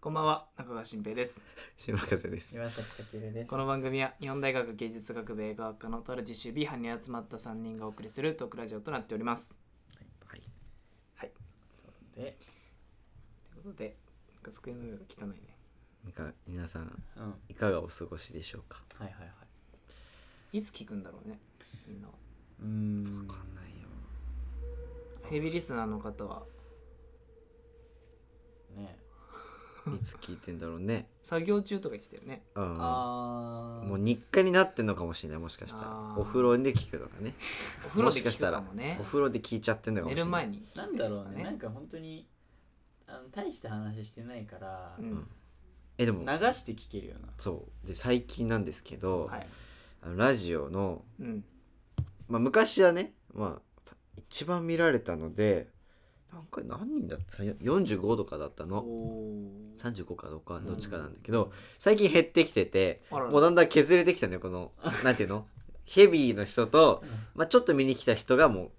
こんばんは、中川新平です。島風です。岩崎健です。この番組は日本大学芸術学部映画学科のとある実習 B 班に集まった3人がお送りするトークラジオとなっております。はい。とで、いうことで、なんか机の上が汚いね。なんか皆さんうん、はいいかがお過ごしでしょうか。はいはい。いつ聞くんだろうね、みんなは。うーん。わかんないよ。ヘビーリスナーの方は、ね。いつ聞いてんだろ うね。作業中とか言ってたよね。うん。あーもう日課になってんのかもしれない。もしかしたあらーお風呂で聞くとかね。お風呂で聞くかもねお。風呂で聞いちゃってんのかも寝しれるな前い。に聞くとかなんだろうね。なんか本当にあの大した話してないから、うんえでも流して聞けるような。そうで最近なんですけど、はい。あのラジオのうん。まあ昔はねまあた一番見られたので。なんか何人だった45とかだったおのー35かどうかんどっちかなんだけど、最近減ってきててあらもうだんだん削れてきたねこ のなんていうのヘビーの人と、まあ、ちょっと見に来た人がも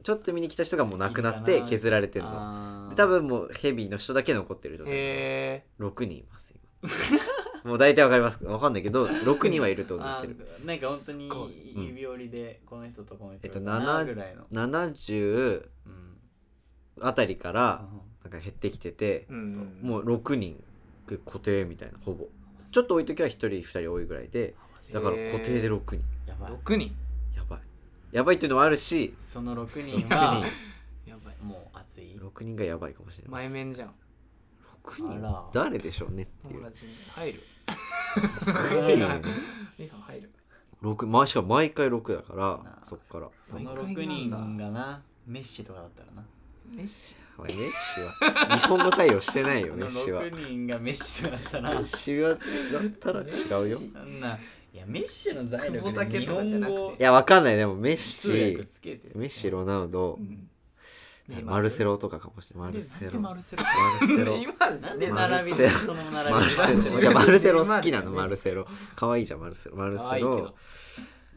うちょっと見に来た人がもうなくなっいてるかな削られてんのあでー多。分もうヘビーの人だけ残ってる状態、へ6人います今もう大体わかりますわかんないけど6人はいると思っあてるーなんか本当にすごいうん指折りでこの人とこのえ人っとかな7ぐらいの、 70うん、あたりからなんか減ってきててー。うん。もう6人固定みたいなほぼちょっと多い時は1人2人多いぐらいでだから固定で6人やばい6人。やばいやばいっていうのもあるしその6人は6やばい。もう熱い人6人がやばいかもしれない前面じゃん。 6あら人誰でしょうねってい友う達に入る。 6人よねいいか入る。六まあしかも毎回6だからあーそっからその6人がなメッシとかだったらなメッシおいメッシは日本語対応してないよこメのッシは6人がメッシとかだったメらッシはだったら違うメッよシいそんないやメッシの財久保力建で英日とかじゃ本なくて語やわかんないでもメッ通訳シつけてるメッシロナウドうんマルセロとかかもしれないマルセロマルセロルセロ今あるじゃなんんでね並びマルセロでその並びマルマルセセロロいやマルセマロ好ルセきロなのマルセロ可愛いじゃんマルセロマルセ可愛いけロど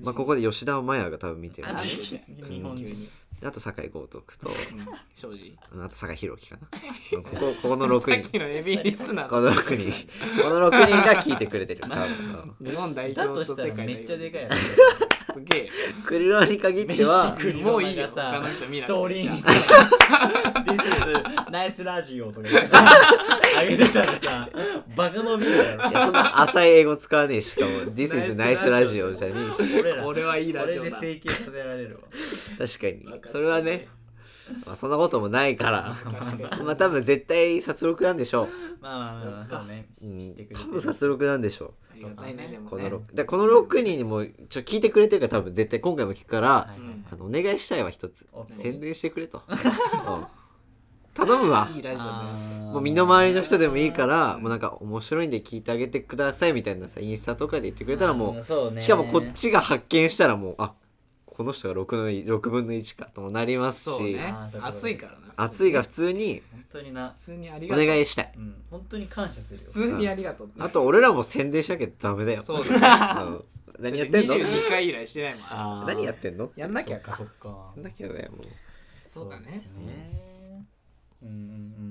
まあここで吉田麻也が多分見てるあマル違セうロ日本急人にあと酒井豪徳とうん庄司うんあと酒井宏樹かな ここここの6さっ人きのエビリスナーこの6人この6人が聞いてくれてる多分日本代表だととし世た界ら代表めっちゃでかいやすげえクリロに限っては飯食いもういいよがさ他の人見なくてストーリーにさ「This is ナイスラジオ」とか言って さ上げてたらさバカ伸びるやろいやそんな浅い英語使わねえししかも「This is nice ラジオ」じゃねえし俺ら俺はいいラジオこれでだ整形させられるわ確かにそれはね、まあ、そんなこともないからまあ多分絶対殺戮なんでしょまあまあまあまあそうねう、う知んってくれ、て多る分殺戮なんでしょありがたいねでうもこのね6だからこの6人にもちょ聞いてくれてるから多分絶対今回も聞くから、はいはいうんあのお願いしたいわ一つおっと宣伝してくれと、うん頼むわいいラジオだよあーもう身の回りの人でもいいからもうなんか面白いんで聞いてあげてくださいみたいなさインスタとかで言ってくれたらもあーうそうねしかもこっちが発見したらもうあこの人が 6, の6分の1かともなりますそうし、ねあーそういうこと暑いからな熱いが普通に本当にな普、通にありおがとう願いしたいうん、本当に感謝普するよ通にありがとうってあと俺らも宣伝しなきゃダメだよそうだねうん何やってんの22回以来してないもんあー何やってんのやんなきそゃっかかそっかなんだけどねもうそうだですねねうんうんう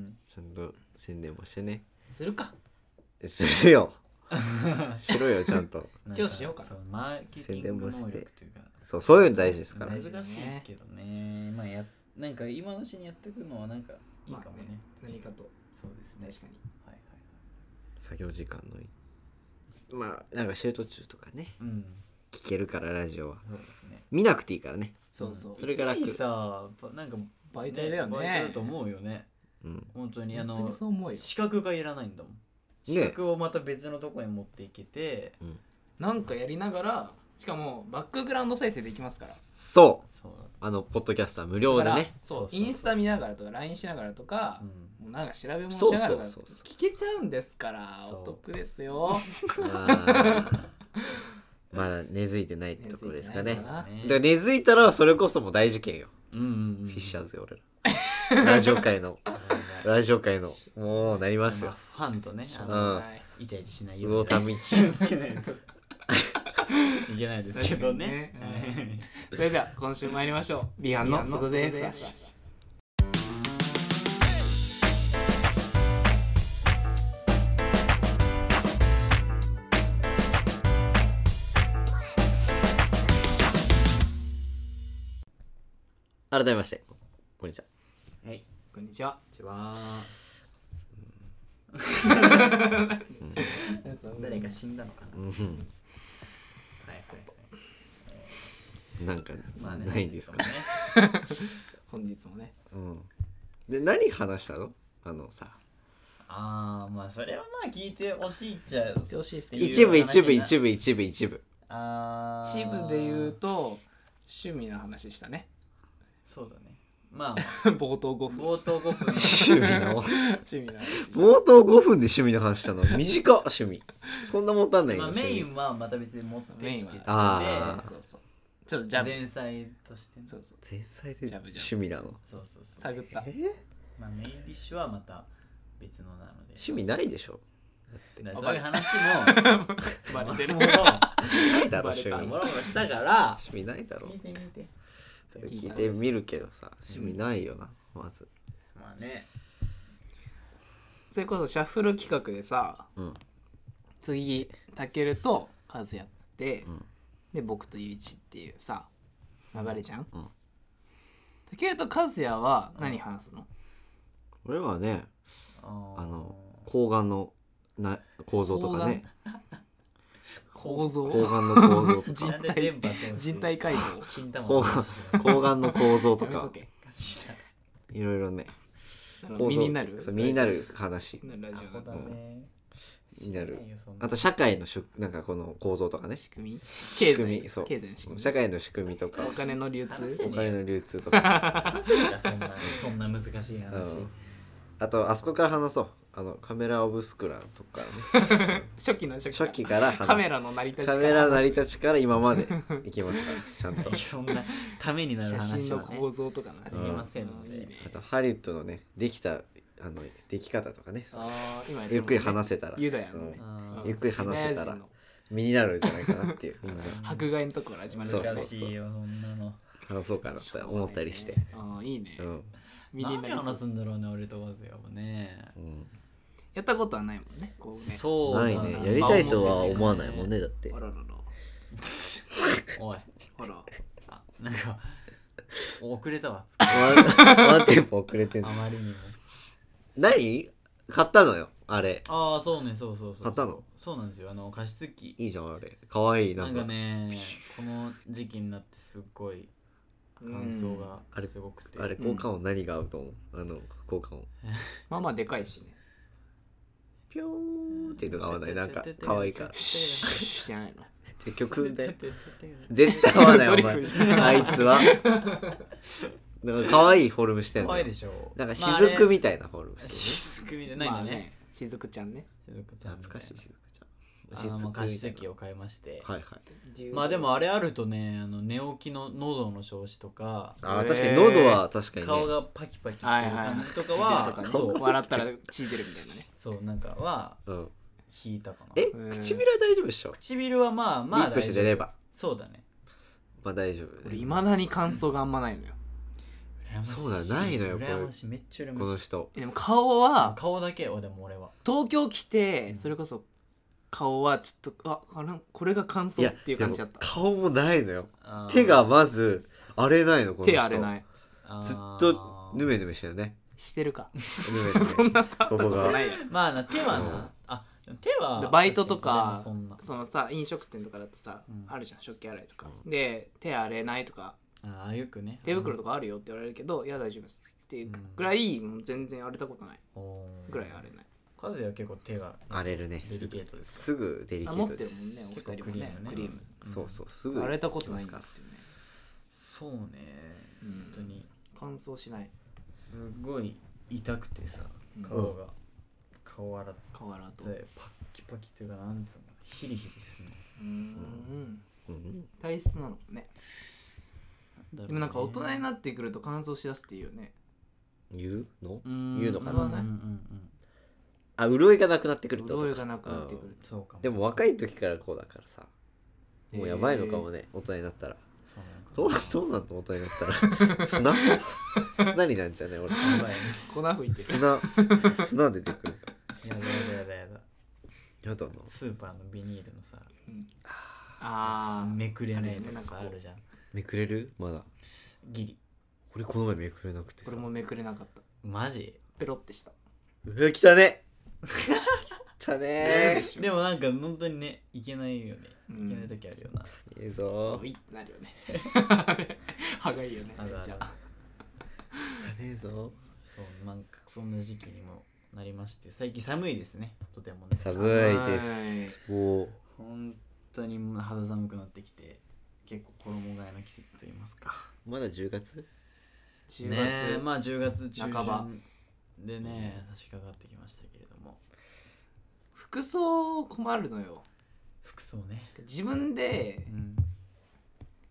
んちゃんと宣伝もしてねするかするよ しろよちゃんとなんか今日しようかなそマーケティング能力というかそうそういうの大事ですから宣伝もして難しいけどねまあやなんか今のうちにやっておくのはなんかいいかもね,、まあね何かとそうですね確かにはいはい作業時間のいまあなんか仕事中とかねはいうん聞けるからラジオはそうですね見なくていいからねそうそうそれが楽いいさばなんか媒体だよねバイトだと思うよねうん本当にあ本の当にそう思うよ資格がいらないんだもん資格をまた別のとこに持っていけて、なんかやりながらしかもバックグラウンド再生できますからそうそうあのポッドキャスター無料でだからねそうそうそうそうインスタ見ながらとか LINE しながらとか、うんもうなんか調べ物しながらとかそうそうそうそう聞けちゃうんですからそうお得ですよまあまだ根付いてないってところですかね根付いてないのかなだかあら根付いたらそれこそもう大事件ようんうんうんフィッシャーズよ俺らラジオ界のーラジオ界のもうなりますまあよファンとねあのうんはいイチャイチャしないよ魚うに民気をつけないといけないですけどね確かにねそれでは今週参りましょうビアンのサタデーフラッシュ改めましてこんにちははいこんにちはこんにちは誰か死んだのかな、うんはいはいなんかはいないんですか、ね本日もねうんで何話したのあのさああまあそれはまあ聞いてほしいっちゃ言ってほしいですけどいい一部一部話一部一部一部ああ一部で言うと趣味の話した ねそうだねまあ冒頭5分冒頭5分趣味の趣味の話冒頭5分で趣味の話したの短っ趣味そんな持たないよ、まあ、趣メ味インはまた別に持ってきてメインはあーそうそうそうちょっとジャブ前菜としてねそうそう天才でジャブジャブ趣味なのそうそうそう、探ったまあ、メインディッシュはまた別のなので趣味ないでしょだからそういう話 バレて るももろないだろバレ趣た味趣もろもろしたから味ないだろてみて聞いてみるけどさ趣味ないよなまずまあねそれこそシャッフル企画でさうん次たけるとカズやって、んで僕とゆういちっていうさ流れじゃん、うんたけるとカズヤは何話すの、俺はねああのの睾丸のな構造とかね構造睾丸の構造と人 かなんで体電波通して人体解剖金玉こうの話睾丸の構造とやめとかけしたいろいろねなんか構身造になるそう身になる話身になるラジオアホだのねになる知らいよそんなあと社会のしゅなんかこの構造とかね仕組み経仕組済みそう経済の仕組み社会の仕組み とかお金の流話通せおね金の流通とか話せるかそんなそんな難しいうん話あとあそこから話そうあのカメラオブスクラとかね初期の初期初期から話すカメラの成り立ちからカメラ成り立ちから今まで行きました ちゃんとそんなためになる写話真のはね構造とかの話すいませんのうでいいねあとハリウッドのねできたあのでき方とかねあー今やてゆっるくり話せたら、ユダヤのねううんんゆっくり話せたら身になるんじゃないかなっていうみんな迫害のところ始まるそうそう難しいよそんなの話そうかなって思ったりして、ああいいね、うん身になり何そう話すんだろうね俺とかだよねうん、やったことはないもんねこうねそうなだいねやりたいとは思わないもんねだってあらららおいあらあなんか遅れたわワンワンテンポ遅れてんあのまりにも何買ったのよあれああそうねそうそうそう買ったのそうなんですよあの加湿器いいじゃんあれかわいいななんんかかねこの時期になってすっごい乾う燥んがあれすごくてあれ効果音何が合うと思う、あの効果音まあまあでかいしねピョーンっていうのが合わないなんかかわいいからじゃないのじゃあ曲でか絶対合わないおドリ前フしてるあいつはなんか可愛いフォルムしてんわだいいよでしょなんか雫みたたいなフォルムして雫みたいなまないあんだねねしずくちゃんね雫ちる、ゃねん、みた懐かいなしい雫ちゃんあのまあ加湿器をを買いましてはいはいまあでもあれあるとねあの寝起きの喉の調子とかあー確かに喉は確かにね顔がパキパキしてはいるはいはい感じと血出かるとはかねそう笑ったら血出るみたいなねそうなんかはうん、引いたかなえうん唇は大丈夫でしょ唇はまあまあリップして出ればそうだねまあ大丈夫俺いまだに乾燥があんまないのよ羨ましそうだないのよこれ羨ましいめっちゃ羨このましい人でも顔は顔だけはでも俺は東京来てうんそれこそ顔はちょっとああれこれが乾燥っていう感じだっでたも顔もないのよあー手がまず荒れないのこの人手荒れないあーずっとぬめぬめしてるねしてるかぬめぬめ そんな触ったことないよまあな手はうんなあ手はでバイトとか確にでもそんそのなさ飲食店とかだとさ、うんあるじゃん食器洗いとか、で手荒れないとかあーよくね手袋とかあるよって言われるけど、いや大丈夫ですっていうぐらい、もう全然荒れたことないおーぐらい荒れない、カズヤは結構手が荒れるねデリケートですかすぐデリケあー持っトてでるもんすねお結構二人もねククリリーームムそうそうすぐ荒れたことないんかですよねそうねうん本当に乾燥しないすごい痛くてさうん顔が、顔洗っ顔洗うとてパッキパキというかなんつうのヒリヒリするのうーんうん体質なのかねだろうねでもなんか大人になってくると乾燥しだすっていうよね言うのうん言うのかなうんうんうんうんあ潤いがなくなってくるってこ潤といかがなくなってくうるんそうかもでも若い時からこうだからさもうやばいのかもね、ね大人になったらそうなのかなどう どうなんの大人になったら 砂砂になんじゃね俺やばいね粉吹いてる砂砂出てくるやだやだやだやだやだなスーパーのビニールのさああめくれないとかさあるじゃんめくれるまだギリ俺この前めくれなくてさ俺もめくれなかったマジペロってしたうわ汚ね汚ねでもなんか本当にねいけないよねういんけない時あるよな、いいぞおいってなるよね歯がいいよねあるあるじゃあ汚ねえぞそうなんかそんな時期にもなりまして最近寒いですねとてもね寒さいですお本当にもう肌寒くなってきて結構衣替えの季節といいますかまだ10月10月、ねえまあ10月中半ば旬でね差し掛かってきましたけれども服装困るのよ服装ね自分でうん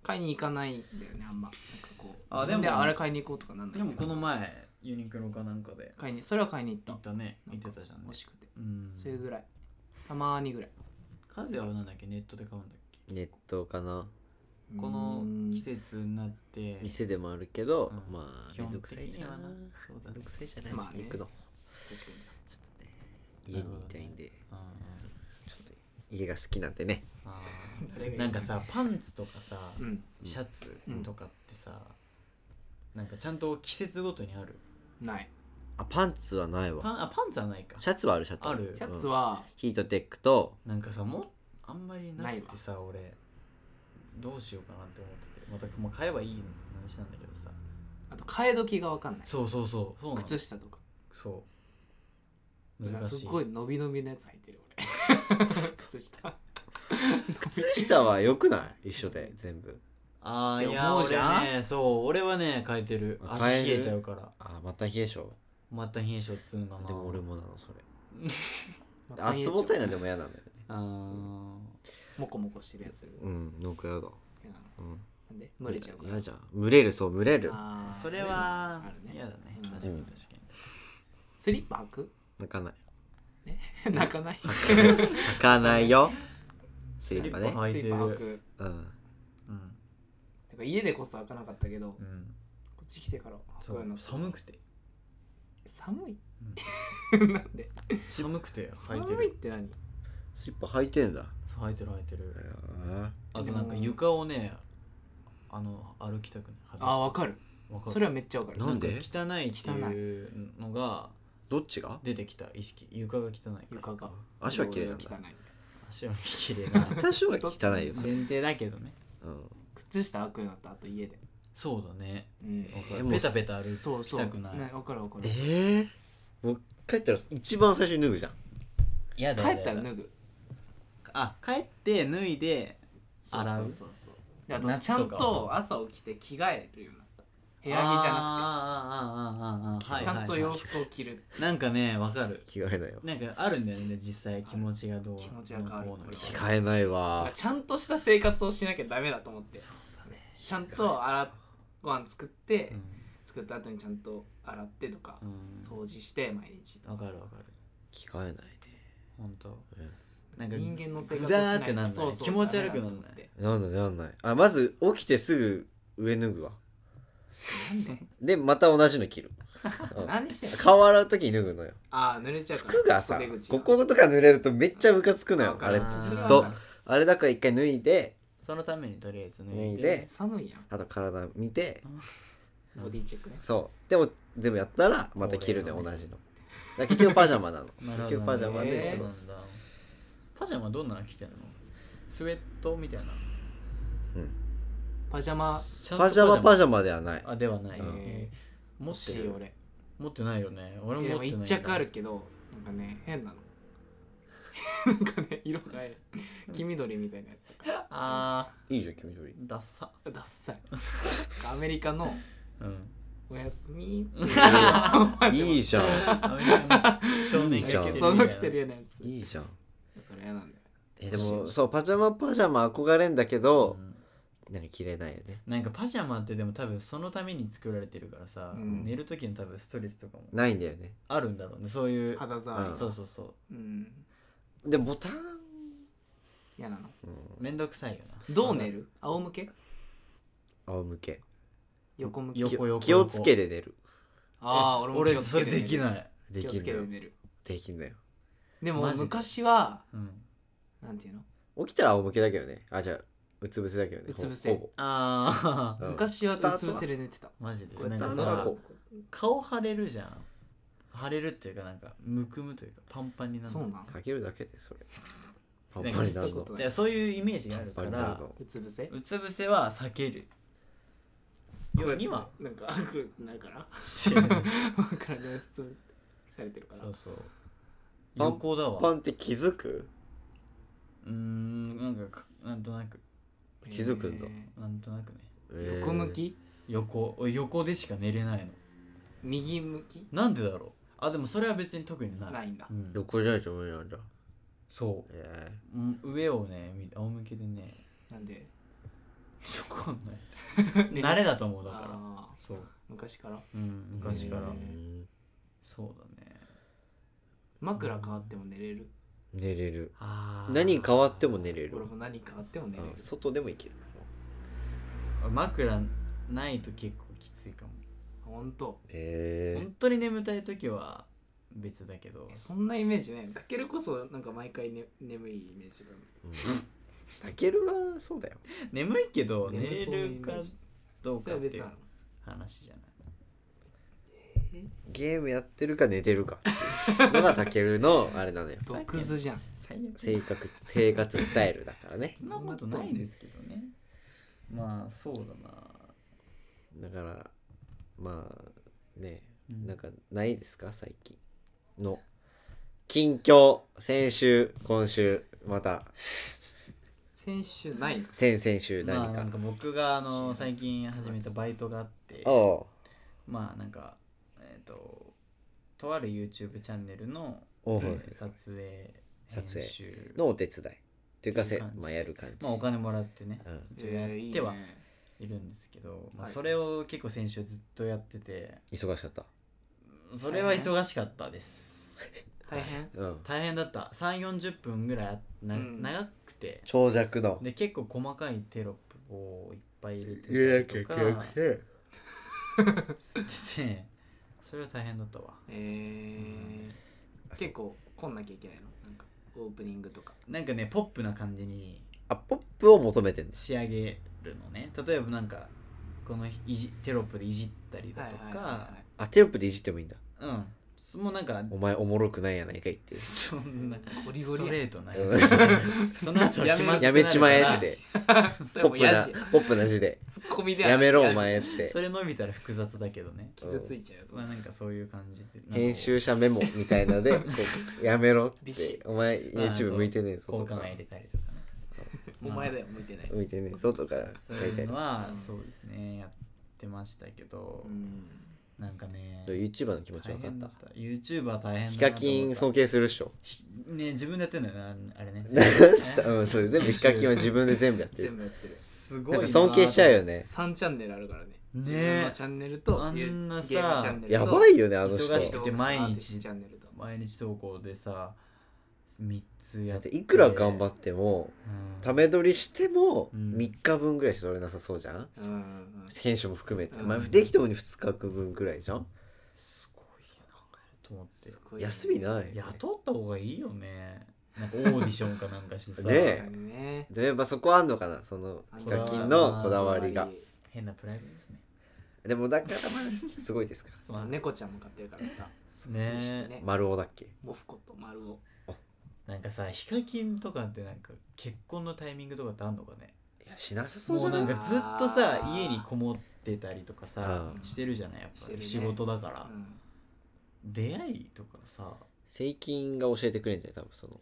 買いに行かないんだよねあんまなんかこうあ自分ででもあれ買いに行こうとかなんないでもこの前ユニクロかなんかで買いにそれは買いに行った行ったねな行っんかてたじゃんね欲しくてうんそれぐらいたまーにぐらいカズヤはなんだっけネットで買うんだっけネットかなこのうーん季節になって店でもあるけど、うんまあ基めん本どく的さいじにゃはんなそうめだんどねくさいじゃないし、まあね行くの確かにちょっとね家にいたいんで、うんうんちょっと家が好きなんでねあー誰がいいなんかさパンツとかさ、うんシャツとかってさ、なんかちゃんと季節ごとにあるないあパンツはないパわンあパンツはないかシャツはあるシャツあるシャツはヒートテックとなんかさもうあんまりなくてさ俺どうしようかなって思っててまた、まあ、買えばいい話なんだけどさあと替え時が分かんないそうそうそうそうなの靴下とかそう難しいすっごい伸び伸びのやつ履いてる 俺靴下靴下はよくない一緒で全部ああっていや思うじゃん俺ねそう俺はね変えてるあ足変える冷えちゃうからあまた冷え性また冷え性っつうのかなでも俺もなのそれまた厚ぼたいなでも嫌なんだよねあーモコモコしてるやつうんなんか嫌だ嫌なのうんなんで蒸れちゃうから嫌じゃん蒸れるそう蒸れるあーそれはあるね嫌だねうん確かにうん確かにスリッパ履く 泣かない泣かない泣かないよスリッパねスリッパ履いてるスリッパ履くうんうんなんか家でこそ開かなかったけど、うこんっち来てからそこうの寒くて寒い、 なんで寒くて履いて寒いっるて何スリッパ履いてんだ履いてる履いてるーあとなんか床をねあの歩きたくないあーわかるわかるそれはめっちゃわかるなんで汚いっていうのがどっちが出てきた意識床が汚いから床が足は綺麗なん汚だい足は綺麗 な足は汚いよそれ前提だけどね うん靴下開くようになったあと家で、そうだねうん、わかえるもうペタペタ歩そうきそうたくないねわかるわかるええもう帰ったら一番最初に脱ぐじゃんやだ帰ったらやだ脱ぐあ帰って脱いでそう洗そううそうそうであと夏ちゃんとかと朝起きて着替えるようになった部屋着じゃゃななくくてちゃんと洋服を着る、なんかねわかる着替えないよなんかあるんだよね実際気持ちがどう気持ちが変わるこうのみたい着な替えないわちゃんとした生活をしなきゃダメだと思ってそうだねちゃんと洗っご飯作って、う作った後にちゃんと洗ってとか、んうん掃除して毎日わかるわかる着替えないね本当うんなんか人間の生活をしぐなだいーっとてなんないそうそう気持ち悪くダなメんだと思なっいてなんだなんないあまず起きてすぐ上脱ぐわなんででまた同じの 着る、うん何してんの顔洗う時に脱ぐのよああ濡れちゃうから服がさ袖口こことか濡れるとめっちゃムカつくのわよかあるれわかるずっとあれだから一回脱いでそのためにとりあえず脱脱いいでで寒いやんあと体見てボディチェックねそうでも全部やったらまた着るね同恒例のねじのだから結局パジャマなのなるほ結ど局パジャマねでえ過ーごす、そうなんだパジャマどんなの着てんのスウェットみたいなうんパジャマちゃんとパジャマパジャマではないあではない、うんえー持もっしてる俺持ってないよね俺いもや持でもってないん一だ着あるけどなんかね変なの なんかね色が変え黄緑みたいなやつとかあいいじゃん黄 緑ーダッサダッサいアメリカの うんおやすみいいじゃんアメリカの少年いいじゃがん着てるそうそみたうい着なてるようなやついいじゃんだから嫌なんだよえでもそうパジャマパジャマ憧れんだけどう、んなんか着れないよねなんかパジャマってでも多分そのために作られてるからさ、うん寝る時の多分ストレスとかもないんだよねあるんだろうねそういう肌触りそうそうそううんでボタン嫌なのめんどくさいよなどう寝る仰向け仰向け横向よき横横気をつけて寝るああえ俺も気俺をつそけれて寝でるきない、で気をきつんだけてよ寝るできんだよでもマジで昔はうん、なんていうの起きたら仰向けだけどねあじゃあうつ伏せだけどねうつ伏せほあぼ、うん昔はうスタートつ伏せで寝てたー マジでこうやなっんてか頭がさこ顔腫れるじゃん腫れるっていうかなんかむくむというかパンパンになるそうなんうかけるだけでそれパンなんパかンいになるのとやそういうイメージがあるパかンパンにならるのうつ伏せうつ伏せは避けるように はなんか悪くなるからしな いわからないですつぶされてるからそうそう横だパわンって気づくうーんなんかかなんとなく気づくんだえなんとなくねー横向き横俺横でしか寝れないの右向きなんでだろうあでもそれは別に特にないないんだうえんー横じゃないと無理なんだそえーううん上をね見仰向けでね なんでわかんない 慣れだと思うだからあそう、ー昔からうん、昔から、うんそうだね枕変わっても寝れる寝れるあー何変わっても寝れる俺も何変わっても寝れるうん外でもいける枕ないと結構きついかもほんとえー本当に眠たい時は別だけどえそんなイメージねかけるこそなんか毎回、ね、眠いイメージだもんたけるはそうだよ眠いけど寝眠れそうなイるメかージどうそかれっはてい別うなの話じゃないゲームやってるか寝てるかっていうのがたけるのあれなのよ毒図じゃん最悪性格生活スタイルだからねそんなことないですけどねまあそうだだなからまあねうんなんかないですか最近の近況先週今週また先週ないの先々週まあ何か、なんか僕があの最近始めたバイトがあっておうまあなんかえっ、ととある YouTube チャンネルのおうえー撮影編撮影集のお手伝いというかせっていう感じまあやる感じ、まあお金もらってねうん一応やってはいいねいるんですけど、まあ、はいそれを結構先週ずっとやってて忙しかったそれは忙しかったです大変うん大変だった3 4 0分ぐらいあなうん長くて長尺ので結構細かいテロップをいっぱい入れいやてたり結局とかね でねそれは大変だったわえー結構こんなきゃいけないのなんかオープニングとかなんかねポップな感じにあポップを求めてんです仕上げるのね例えばなんかこのいじテロップでいじったりだとか、あテロップでいじってもいいんだうんそもうなんかお前おもろくないやないかい っていうそんなゴリゴストレリートなやうんつ その後はやめ気まずくなるからやめちまえってそれポもップなやじポップな字でツッコミではやめろお前ってそれ伸びたら複雑だけどね傷ついちゃうよそんまなあなんかそういう感じでなんかこう編集者メモみたいなのでこ うやめろっビシてお前まあ YouTube 向いてねえぞ効と果かが入れたりとかねお前だよ向いてない向いてねえぞとかそう書いていあうるのはうんそうですねやってましたけどうんなんかね YouTuber の気持ち大分かっ変だたった YouTuber は大変だヒなカと思キンった尊敬するっしょひね自分でやってんだよねあ れねうんそれ全部ヒカキンは自分で全部やって全る部やってるすごいなんなか尊敬しちゃうよね3チャンネルあるからねね自分のチャンネルとあんなさゲームチャンネルやとばいよねあの人忙しくて毎日アーティストチャンネルと毎日投稿でさ3つやだっってていくら頑張ってもうんため撮りしてもうん3日分ぐらいしか撮れなさそうじゃんうんうん編集も含めて、うんまあ、できたのに2日分ぐらいじゃんすごいなと思ってすごいね休みない雇った方がいいよねなんかオーディションかなんかしてさねえ確かにねでやっぱそこはあんのかなそのあヒのカキンのこだわりこが変なプライベートですねでもだからまあすごいですからだわり猫ちゃんも飼ってるからさ一匹ねね丸尾だっけモフコと丸をなんかさヒカキンとかってなんか結婚のタイミングとかってあんのかねいやしなさそうじもゃうなないんかずっとさ家にこもってたりとかさうんしてるじゃないやっしぱてり、るね仕事だから、うん出会いとかさ最近が教えてくれんじゃない多分その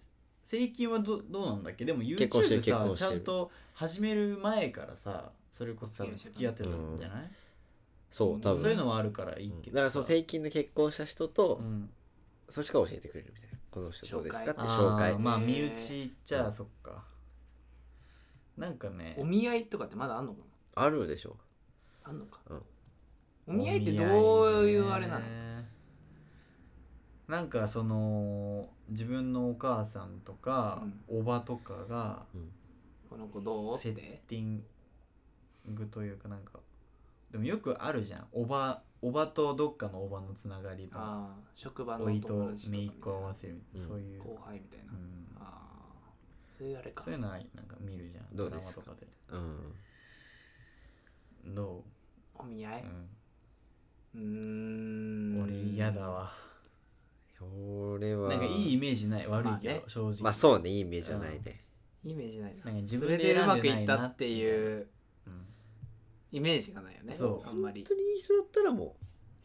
最近はどどうなんだっけでも結婚してる YouTube 結さ婚してちるゃんと始める前からさそれこそ多分付付きき合合っっててたたのんじゃない、そう多分そういうのはあるからいいうんけどさ、だからその最近の結婚した人と、うんそっちから教えてくれるみたいなこの人どうですかってあ紹介ーまあね身内っちゃうんそっかなんかねお見合いとかってまだあんのかなあるでしょあんのかうんお見合いってどういうあれなおの見合いねなんかその自分のお母さんとか、おばとかがこの子どうっセッてティングというかなんかでもよくあるじゃんおばおばとどっかのおばのつながりのああ職場のおおいと友達とか姪みったい子合なわせるみたうんいなそういう、後輩みたいなうんあそういうあれかそういうのはなんか見るじゃんどうですかドラマとかうんでどお見合うい、ううーんん、俺嫌だわ俺はなんかいいイメージない悪いけど、まあね正直まあそうねいいイメージはないで、イメージないななんか自そ分れででう選まんくでないいったなっていううんイメージがないよねそうあんま本り当にいい人だったらも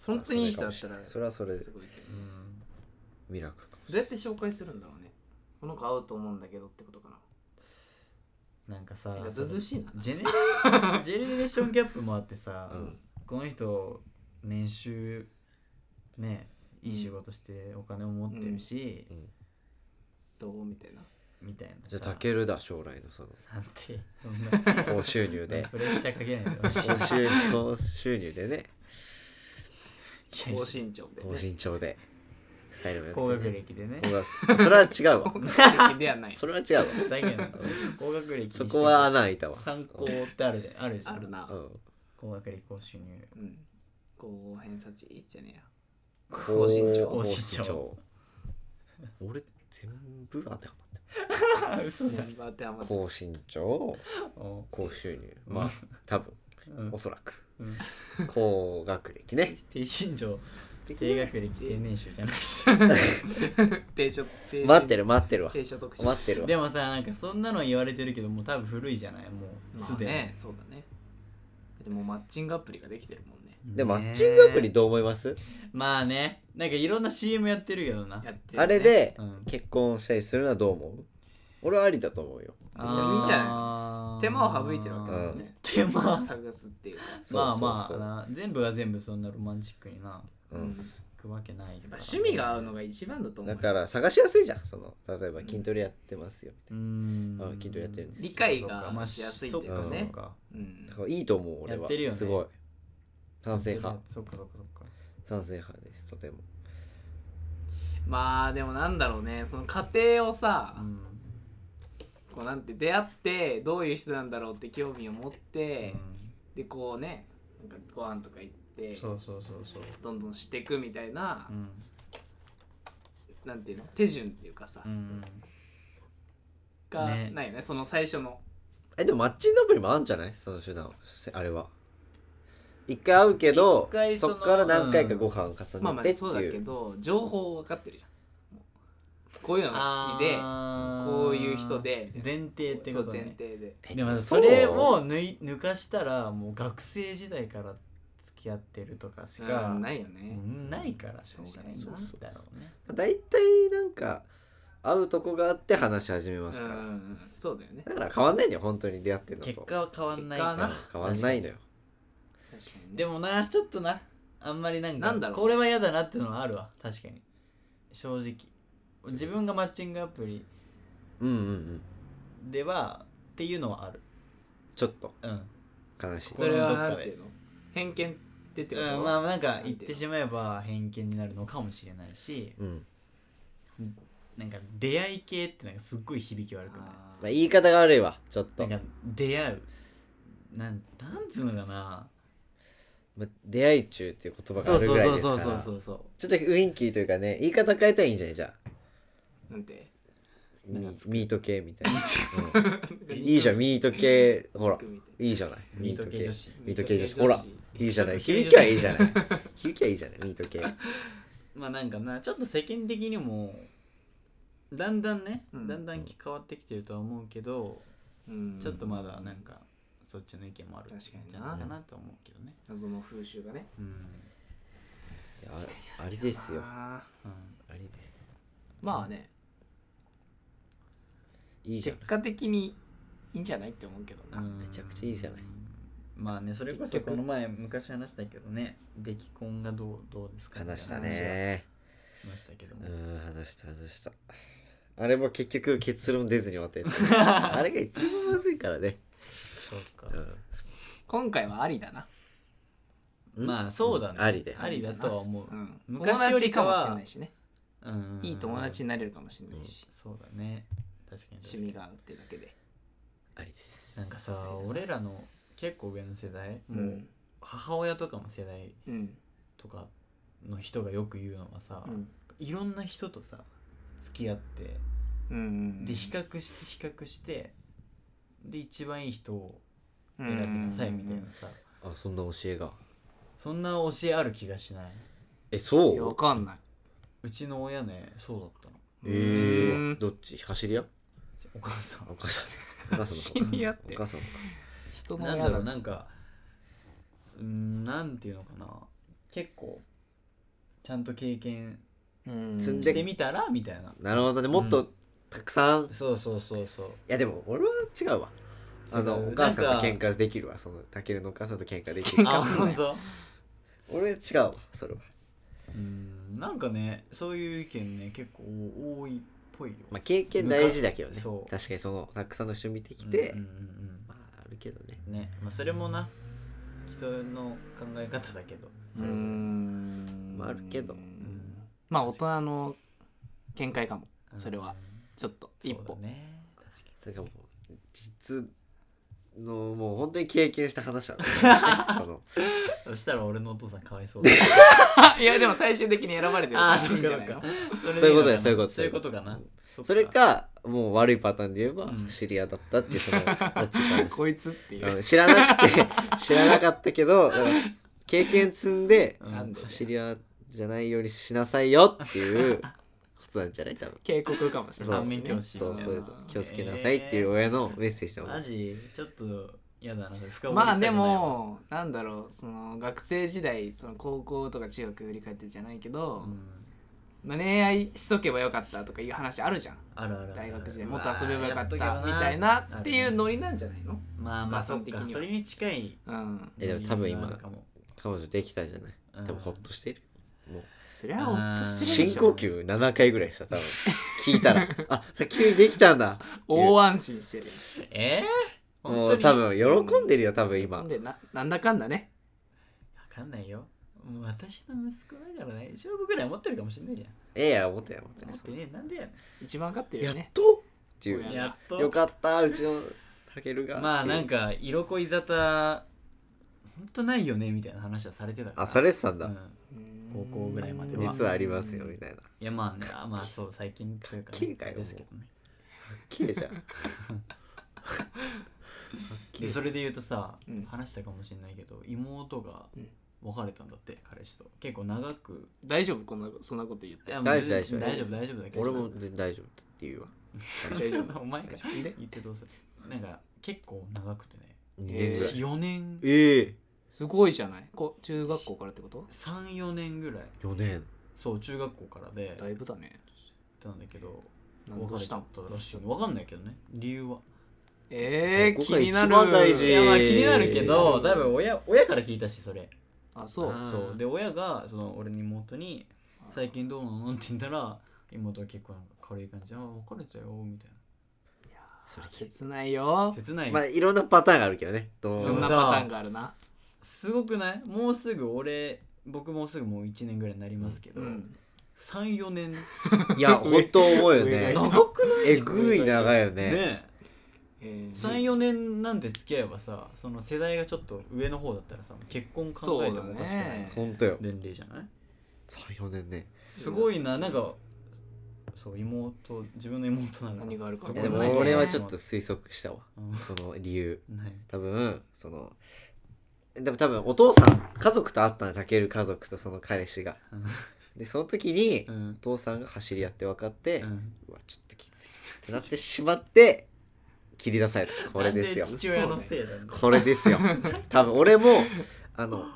本当にいい人だったらうそれはそれですごいけどうんミラクルかどうやって紹介するんだろうねこの子会うと思うんだけどってことかななんかさなんかずうずうしいなジェネ レジェネレーションギャップもあってさ、うんこの人年収ねいい仕事してお金も持ってるし、うんどうみたいなみたいなさじゃあたけるだ将来のそのなん てそんな高収入でプレッシャーかけないでほしい高収入高収入でね高 身長で、高ね、身長でスタイルも良高く学てね歴でね高学それは違う わではないそれは違うわ最近の高学歴にしてそこは穴開いたわ参考ってあるじゃんあるじゃあんるな、うん高学歴高収入うんこう偏差値じゃねえや高身長高高身身長長 俺全部当てはまってるあ嘘だ全部当てはまって高身長お高収入まあ多分うんおそらくうん高学歴ね低身長低学歴低年収じゃない低所低待ってる待ってるわ低所得者待ってるわでもさなんかそんなの言われてるけどもう多分古いじゃないもうますあでに、ねそうだねでもうマッチングアプリができてるもんねでマッチングアプリねどう思いますえまあねなんかいろんな CM やってるけどなやってるねあれでうん結婚したりするのはどう思う俺はありだと思うよめっちゃいいじゃないあー手間を省いてるわけだもんね、手間探すっていうか、そうそまあうまそあうな全部が全部そんなロマンチックになううんんいくわけないやっからぱ趣味が合うのが一番だと思うだよから探しやすいじゃんその例えば筋トレやってますようーんあ筋トレやってるんです理解がしやすいっていうかそっかねそ、うんだからいいと思う俺やはってるよねすごい賛成か派そっかそっかそっか賛成派ですとてもまあでもなんだろうねその過程をさ、うんこうなんて出会ってどういう人なんだろうって興味を持って、うでこうねなんかご飯とか行ってんそうそうそうそうどんどんしていくみたいなう、んなんていうの手順っていうかさ、うんがねないよねその最初のえでもマッチングアプリもあるんじゃないその手段せあれは一回会うけど一回そそっのから何回かご飯をまあ重まねあてってそうだけいうど情報分かってるじゃんもうこういうのが好きであーこういう人でみた前提ってそこうと前ね提ででもそうそれを抜い抜かしたらもう学生時代から付き合ってるとかしかうんないよね、うんないからしょうがないそうなんだろうね大体なんか会うとこがあって話し始めうまんすうから、ん、そうだよねだから変わんないんだよ本当に出会ってんのと結果は変わんない結果はうんな変わんないのよ確かにねでもなちょっとなあんまりなんかなんだろうねこれは嫌だなっていうのはあるわ確かに正直自分がマッチングアプリうんうんうんではっていうのはあるちょっとうん、悲しいそれはなんていうの偏見ってってこと、うん、まあなんか言ってしまえば偏見になるのかもしれないしうんなんか出会い系ってなんかすっごい響き悪くないまあ、言い方が悪いわちょっとなんか出会うなんなんつうのかなまあ出会い中っていう言葉がそあうるそぐうらいそうですかそらうそうそうそうちょっとウィンキーというかね言い方変えたらいいんじゃないじゃあなんてミミート系み たいな、うんいいいじゃんミート系ほらみたいいいじゃないミート系女子ミーミート系女ト系女子子ほらいいじゃないミー響ト系女子きはいいじゃない響きはいいじゃないミート系まあなんかなちょっと世間的にもだんだんね、うんだんだん変わってきてるとは思うけど、うんちょっとまだなんかそっちの意見もあるん確じかになゃないかなと思うけどね謎の風習がねうん、いやあありですよあうんありですーまあねいいじゃ結な果い的にいいんじゃないって思うけどな、うんめちゃくちゃいいじゃないまあねそれこそ結こ局の前昔話したけどね出来婚がどうどうですか話したみいな話はねしましたけども、うん話した話したあれも結局結論出ずに終わったやつ あれが一番まずいからね、そうかうん、今回はありだな、まあそうだね、うんありでありだとは思うう、ん、昔よりか友達かもはしれないしねうんいい友達になれるかもしれないし、そうだね確かに確趣かに味が合うってだけでありですなんかさ俺らの結構上の世代、うもうん母親とかの世代うんとかの人がよく言うのはさ、うんいろんな人とさ付き合ってうんうんで比較して比較してで一番いい人をうん選びなさいみたいなさあそんな教えがそんな教えある気がしないえうんそいやわうかんないうちの親ねそうだったのえうー、んどっち走り屋お母さんお母さんお母さ んの方シニアっおて母さんの方人のなん親だろだうなんかうーんなんていうのかな結構ちゃんと経験うん積んでしてみたらみたいななるほどねもっと、うんたくさんいそうそうそうそうやでも俺は違うわあの違うお母さんとなんか喧嘩できるわそのたけるのお母さんと喧嘩でき喧る嘩あすんな本よ当。 俺違うわそれはうんなんかねそういう意見ね結構多いっぽいよ、まあ経験大事だけどね昔そう確かにそのたくさんの人見てきて、うんうんまああるけどねうんね、まあ、それもな人の考え方だけどうそれぞれんまああるけどうんまあ大人の見解かもそれはちょっとうん一歩そうだね確かそれがもう実のもう本当に経験した話 だねそのにそしたら俺のお父さんかわ いそうだそ あいやでも最終的に選ばれてるあーいいんじゃないそのっかれでそういうことだのそういうことそういうことかなっそれかもう悪いパターンで言えばうん知り合いだったっていうそのオ チがあるこいつっていううん知らなくて 知らなかったけどだから経験積んでうんなんで知り合いじゃないようにしなさいよって いうことなんじゃない多分警告かもしれないそう反面教師そみうたそいうなそう気をつけなさいっていう親のメッセージだもんマジちょっと嫌だな深掘りしたくないわまあでもなんだろうその学生時代その高校とか中学振り返ってじゃないけど、うんまあ、恋愛しとけばよかったとかいう話あるじゃんあるあるある大学時代もっと遊べばよかっうわーやたとけみばたいなっていうノリなんじゃないのまあまあそおっ母さかん的にはそれに近いうんえでも多分今理由があるかも彼女できたじゃない多分うんほっとしてるもうそりゃほっとしてるで深し呼ょ吸7回ぐらいした 多分聞いたらあさ急にできたんだ大安心してるえー、も本当うに多分喜んでるよ多な分今んでななんだかんだねわかんないよ。もう私の息子だから大丈夫ぐらい思ってるかもしれないじゃええや思ったよ思ったん。よ思ってね、なんでやね一番分かってるやよっねとっていやん。っうやっと。よかったうちのたけるがまあなんかか、色恋沙汰、ほんとないよねみたいな話はされてたから。あされてたんうだん高校ぐらいまでは実はありますよみたいないやまあね、あまあそう、最近というか、かっけえかよですけどね。綺麗じゃんで、それで言うとさ、うん話したかもしれないけど、妹がうん別れたんだって、彼氏と。結構長く。大丈夫こんなそんなこと言っていやもう大丈夫大丈夫大丈夫、大丈夫だけどさ。俺も全然大丈夫って言うわ大丈夫 お前がで言ってどうするなんか、結構長くてね。 2え年ぐらい4年ええすごいじゃないこ中学校からってこと34年ぐらい4年そう中学校からでだいぶだねたんだけど何と別れしちたゃっんたらしいよね分かんないけどね理由はえー、そ気こがに一なる番大い事やまあ気になるけどえー多分親親から聞いたしそれあそうあーそうで親がその俺に妹に「最近どうなの?」って言ったら妹は結構なんか軽い感じで「あ別れたよ」みたいそれ切ないよな切ない、まあいろんなパターンがあるけどねいどろんうなパターンがあるなすごくないもうすぐ俺僕もうすぐもう1年ぐらいになりますけど、うん34年いや本当思う上がよ痛ねい長くないえぐい長いよねねええー34年なんて付き合えばさその世代がちょっと上の方だったらさ結婚考えてもおかしくなそい、うだね本当よ年齢じゃない34年ねすごいななんかそう妹自分の妹なの何があるかす分ごかんないでいもね俺はちょっと推測したわうんその理由ない多分そのでも多分お父さん家族と会ったのたける家族とその彼氏がでその時にうおん父さんが走り合って分かって、ううんわちょっときついってなってしまって切り出されたこれですよなん父親のせいだねこれですよ多分俺もあの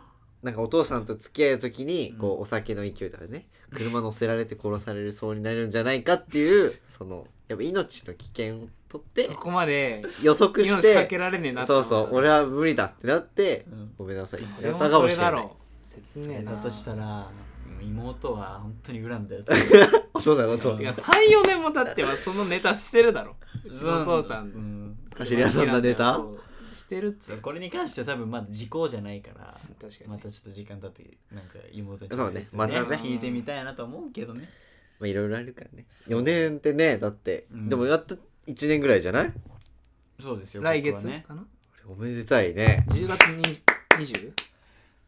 なんかお父さんと付き合う時にこうお酒の勢いとかでね車乗せられて殺されるそうになるんじゃないかっていうそのやっぱ命の危険をとってそこまで予測し命かけてられねえなってそ思っうたそう俺は無理だってなってうんごめんなさいってでやもったかそもれしれなだいろうそ切ねえれなだとしたら妹は本当に恨ん だよお父さんがお父いやさん34年も経ってはそのネタしてるだろうちのお父さうんん走り屋さんのネタそうしてるっつそううこれに関しては多分まだ時効じゃないから確かにまねたちょっと時間経ってなんか妹にそうねまたね聞いてみたいなと思うけどねまあいろいろあるからね4年ってねだってうんでもやっと1年ぐらいじゃないそうですよ来僕月はねかなおめでたいね10月20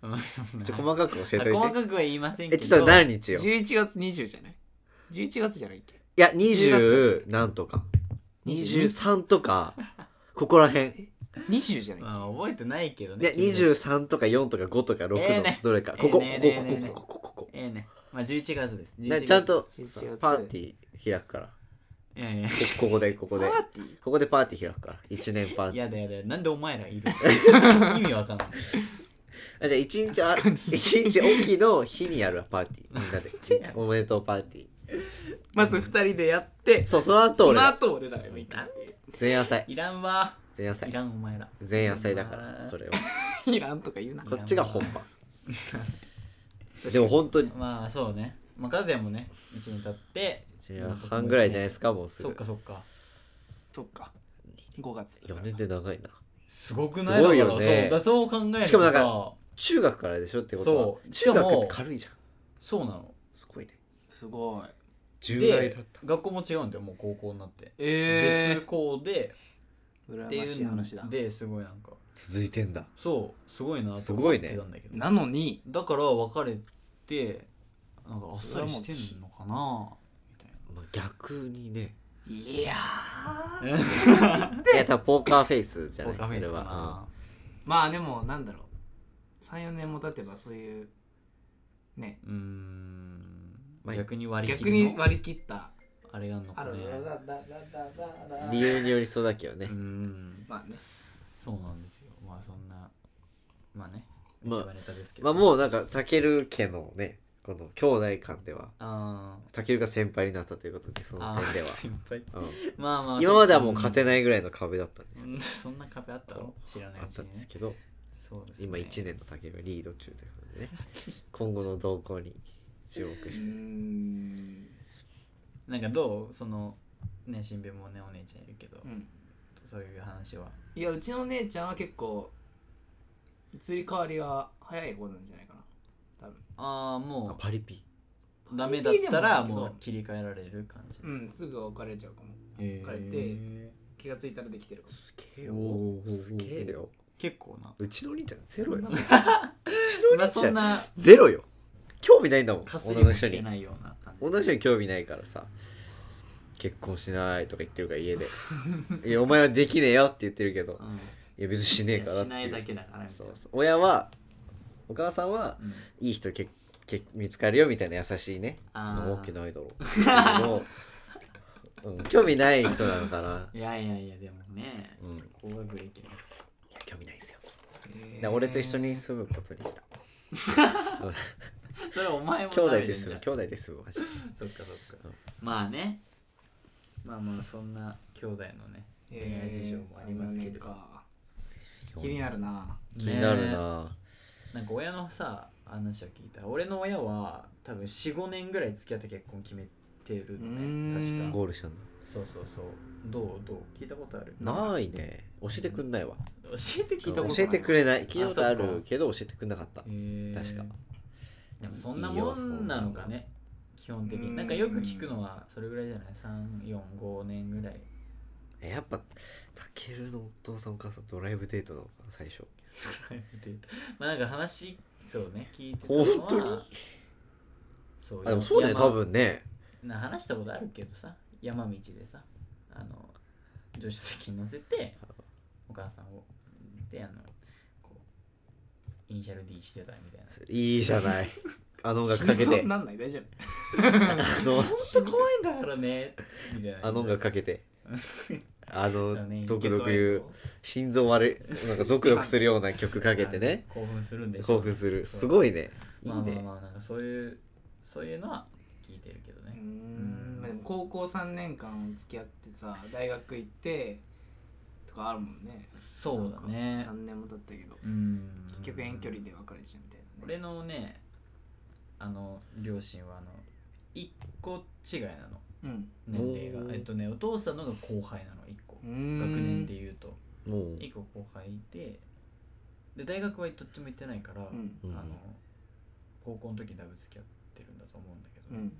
うんちょ細かく教えあておい細てかくは言いませんけえどちょっと何日よ ?11 月20じゃない ?11 月じゃないっけいや20何とか23とかここら辺20じゃないまあ覚えてないけどねね君の23とか4とか5とかええ6のねどれかこここええこねええねえねえここここここええねまあ11月です11ね月ちゃんと11月パーティー開くからこ えここでここパでーティーここでパーティー開くから1年パーえティーやだやだなんでお前らいる 意味わかんないあじゃあ一日あ確かに一日おきの日にやるわパーティーみんなでやおめでとうパーティまず2人でやってーそうその後そ俺のら後俺らが行くっていう前夜祭いらんわ前夜祭いらんお前ら前夜祭だからそれはいらんとか言うなこっちが本番でも本当にまあそうねまあ和也もね1年経って1年半ぐらいじゃないですかもうすそっぐかそっかそっか5月4年で長いなすごくないすごいよねだからそうだそう考えるとさしかもなんか中学からでしょってことはそう中しか学っもて軽いじゃんそうなのすごいねすごい重大でだ学校も違うんだよもう高校になって別え校でえー、って羨ましいいうの話だですごいなんか続いてんだそうすごいなすとご思っいねてたんだけどなのにだから別れてなんかあっさりしてんのかなみたいまあ逆にねいやーいや多分ポーカーフェイスじゃななポいーカーフェそイれスかはなまあでもなんだろう34年も経てばそういうねうーんまあ逆に割り切逆りにの割り切ったあれがあんのかねうん理由によりそうだけどうねーんまあねそうなんですよまあそんなまあねまあ一番ネタですけまどあもうなんかたける家のねこの兄弟間ではあたけるが先輩になったということでそーのあ点でー は、先輩うまあまあん、今まではもう勝なてないぐらいの壁だったんですけど、い そんな壁あったの知らないあうっちたにんねですけどそうですね今1年のたけるがリード中ということで ね今後の動向に注目うしーてんなんかどうそのね新兵もねお姉ちゃんいるけどうんそういう話はいやうちの姉ちゃんは結構移り変わりは早い方なんじゃないかな多分あああもパリピうダメだったパリらピでももないけどう切り替えられる感じうんすぐ別れちゃうかもへ別れてー気がついたらできてるかもすげえよおーすげえよ結構なうちのお兄ちゃんゼロようちのおまあ兄ちそゃんんなゼロよ興味ないんだもんかすり女のも人してにないような感じ女の人に興味ないからさ結婚しないとか言ってるから 家でいやお前はできねえよって言ってるけどうんいや別にしねえからっしてないだいうけだからみたそいうなそう親はお母さんはうんいい人けけ見つかるよみたいな優しいねあなーわけないだろうで も、うん、興味ない人なのかな、いやいやいやでもねうん、いや高学歴の 興味ないですよだえから俺と一緒に住むことにしたそれお前も兄弟食べでてんじ住ゃむん兄弟で住むマジでそっかそっうかんまあねまあまあそんな兄弟のね恋愛事情もありますけど気になるな気になるねな、なんか親のさ話を聞いた俺の親は多分45年ぐらい付き合って結婚決めてるのうーんね確かゴールしたんそうそうそうどうどう聞いたことあるだないね教えてくんないわ教えて聞いた教ことないえてくれない聞いたことああそっるかけど教えてくんなかったへー確かでもそんなもんなのかね基本的うんになんかよく聞くのはそれぐらいじゃない345年ぐ らいえやっぱたけるのお父さんお母さんドライブデートなのかな最初ライブでまあなんか話そうね聞いてたのは本当にそうあでもそうだよね山多分ねな話したことあるけどさ山道でさあの助手席に乗せてお母さんをであのこうイニシャル D してたみたいないいじゃないあの音楽 か心け臓てになんない大丈夫あの本当怖いんだからねみたいなあの音楽かけてあ のだね独特言う心臓悪いなんかドクドクするような曲かけてね興奮するんでしょ興奮する そうすごいねいいまあまあねまあなんかそういうそういうのは聞いてるけどうーねんまあでも高校3年間付き合ってさ大学行ってとかあるもんねそうだね3年も経ったけどうん結局遠距離で別れちゃうみたいなね俺のねあの両親はあの一個違いなのうん年齢おがーえっとねお父さんのが後輩なの一個うー学ん年で言うともう一個後輩でで大学はどっちも行ってないから、うんあうんの高校の時だいぶ付き合ってるんだと思うんだけど、うっん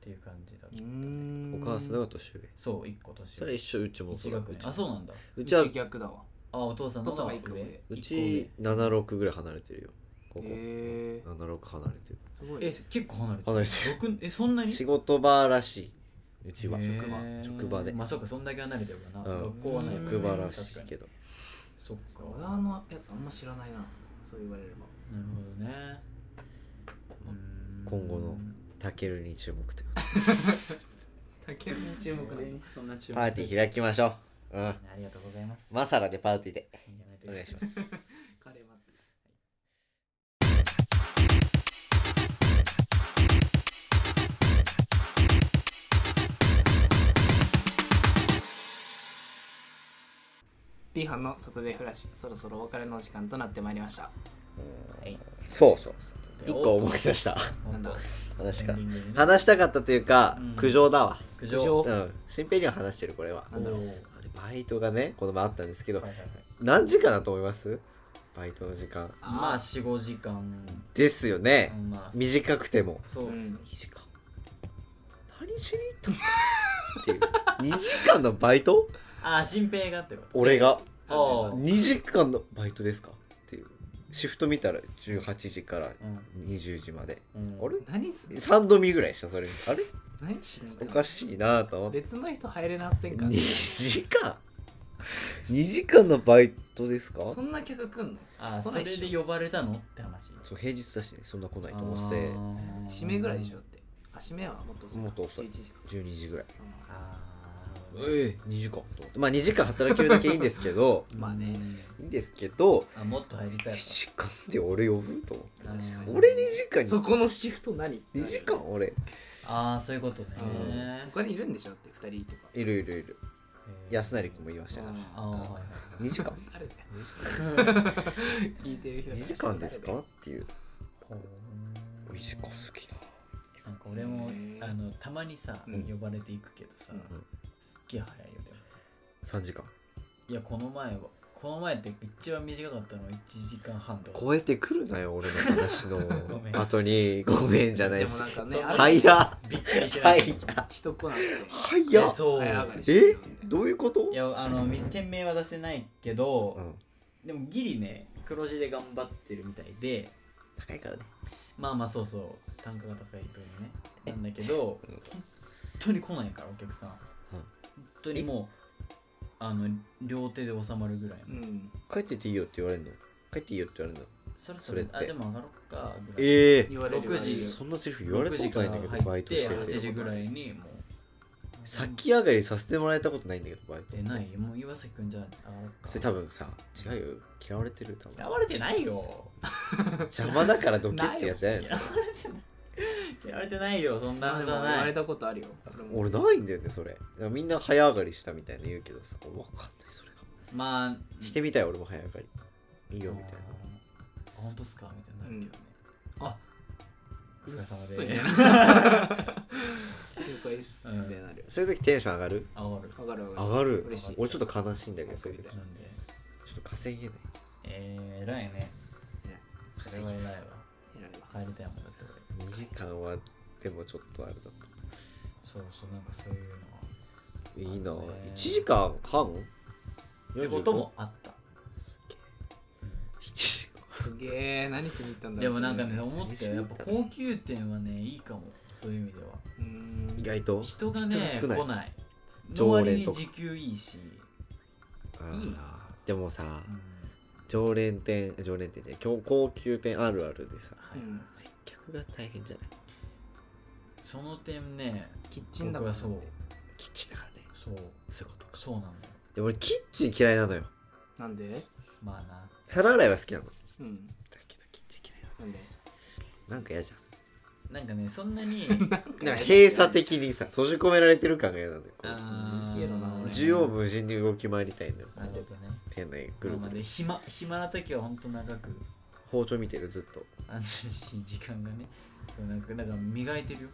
ていう感じだとうーおん母さんのが年上そう一個年それ上一緒うちも一そうだ学う年ちあそうなんだううちはち逆だわあお父さんのお父さんがが上一個上う一ち76ぐらい離れてるよここへえ76離れてるすごい個上え結構離れて離れてる六えそんなに仕事場らしいうちは、へー職場職場で、まあそっかそんだけ離れてるからな、うん学校はないもんね職場らしい確かけにどそっか小なる川のやつあんま知らないなそう言われればほどねうん今後のタケルに注目ってこと竹内注目ねそんな注目パーティー開きましょううんありがとうございます、マサラでパーティーでいいんじゃないでお願いすしかますカレー祭りビハンのサタデーフラッシュそろそろお別れの時間となってまいりましたはいそうそうそう一個思い出した本当なんだ話エかンディングでね話したかったというか、うん苦情だわ苦苦情情うん新平には話してるこれはなんだろうおーバイトがねこの前あったんですけど、はいはいはい何時間だと思いますバイトの時間まああ45時間ですよね、まあ短くてもそうう、ん2時間何しに行ったのっていう2時間のバイトああ新兵がってこと俺がおー2時間のバイトですかっていうシフト見たら18時から20時まで、うんあれ何す3度見ぐらいしたそれあれ何しに行おったかしいなと思って別の人入れなせんか2時間2時間のバイトですかそんな客来んのあー来そないれっしょで呼ばれたのって話そう平日だしねそんな来ないと思って締めぐらいでしょょってあ締めはもっと遅いもっと遅い11時か12時ぐらいうんあーええ2時間と思ってまあ2時間働けるだけいいんですけどまあねうんいいんですけどあもっと入りた2い時間って俺呼ぶと思ってわ確かに俺2時そ間このシフト何に2時間俺ああそういうことねうん他にいるんでしょって2人とかいるいるいる安成君も言いましたかうんあーはいはいら2時間あるね2聞いてる人時間ですかっていうほー2時間好きななんか俺もへーあのたまにさうん呼ばれていくけどさすうんっげえ早いよでも3時間いやこの前はこの前って一番短かったの1時間半とか超えてくるなよ俺の話のごめん後にごめんじゃないでしもなんかそねうあ早るっ早びっくりしなっい人来なくて早っそ早う上がりいしてるみたいどういうことやあのみ店名は出せないけうどんでもギリね黒字で頑張ってるみたいで高いからねまあまあそうそう単価が高い分ねなんだけどうん本当に来ないからお客さんうん本当にもうあの両手で収まるぐらいのなうん帰ってっていいよって言われるの帰っていいよって言われるのそろそそれっろてあじゃあもう上がろっかぐらいええ言われる6時言われるそんなセリフ言われたことないんだけ6時どからバ入イっトてして8て時ぐらいにもう先上がりさせてもらえたことないんだけどバイトえないもう岩崎くんじゃあ上がろっかそれ多分さ違うよ嫌われてる多分嫌われてないよ邪魔だからドキってやつじゃないの嫌われてない嫌われてないよそんなまあはでずもは言わなれいたことあるよ俺も俺ないんだよねそれだからみんな早上がりしたみたいな言うけどさ分かんないそれがまあしてみたい俺も早上がりいいよみたいなあ本当っすかみたいになるけどね、あうおっ疲す れね様で了解っすみたいになるそういう時テンション上がるあわかるわかるわ上かるがる嬉しい俺ちょっと悲しいんだけどそういう時ちょなんでっと稼げないえー、偉いね偉いそれは偉いわ偉いわ帰りたいもんだって俺2時間はでもちょっとあれだっそうそうなんかそういうのはたいいなあのね1時間半ってこともあったすげすげえ7時間え何しに行ったんだでろうもなんかうねん思ったよやっぱ高級店はねいいかもそういう意味ではうーん意外と人がね人が少来ないないの常割連にとか時給いいし、うんいいなでもさうん常連店常連店じゃない高高級店あるあるでさはういん接客が大変じゃないその点ねキッチンだから僕はそうキッチンだからねそうそういうことかそうなんだよで俺キッチン嫌いなのよなんでまあな皿洗いは好きなのだうんけどキッチン嫌いななんでのなんか嫌じゃなんかねそん なにんなんか閉鎖的にさ閉じ込められてる感が嫌なんだよこうあー嫌だな俺縦横無尽に動き回りたいのよなるほどね店内ぐるまぐあまあでる暇暇な時はほんと長く包丁見てるずっと安心しい時間がねそうなんかなんか磨いてるよ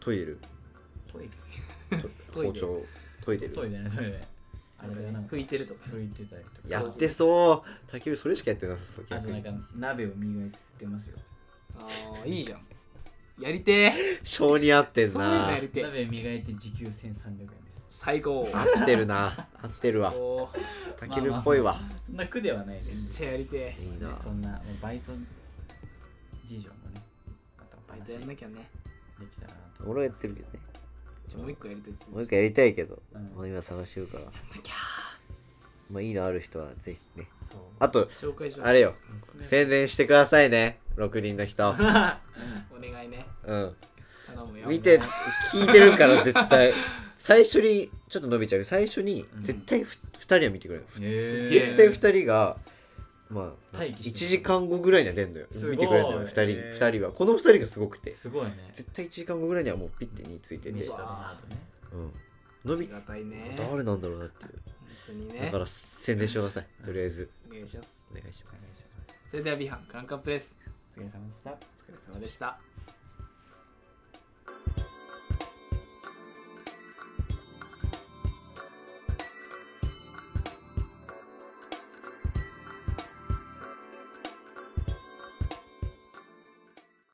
研いでるトイレと研いでる包丁研いでトるイレねトイレあれがなんか拭いてるとか拭いてたりとかやってそう竹内それしかやってなさそうあ逆となんにか鍋を磨いてますよああいいじゃんやりて性に合ってえんそういうのなやりてえ鍋磨いて時給1300円です最高合ってるな合ってるわおータケルっぽいわ、そんな苦ではないでめっちゃやりてえいいなそんなもうバイト事情もねまたおバイト話でやんなききゃねたらなと俺はやってるけどねじゃあもう一個やりたいですもう一回やりたいけど、うんもう今探してるからきゃまあいいのある人はぜひねそうあと紹介しようあれよおすすめ宣伝してくださいね6人の人お願いねうん頼むよ見て聞いてるから絶対最初にちょっと伸びちゃうけど最初にうん絶対ふ2人は見てくれる、へー絶対2人がまあ待機して1る時間後ぐらいには出んのよすごい見てくれるのよ2人,、へー二人はこの2人がすごくてすごいね絶対1時間後ぐらいにはもうピッてについてて見せうわたなあとねうん伸ありびがたいね本誰なんだろうなっていう当にだねから宣伝してくださいとりあえずお願いしますお願いしまおす願いしますそれではビハンクランクアップですお疲れ様でしたお疲れ様でした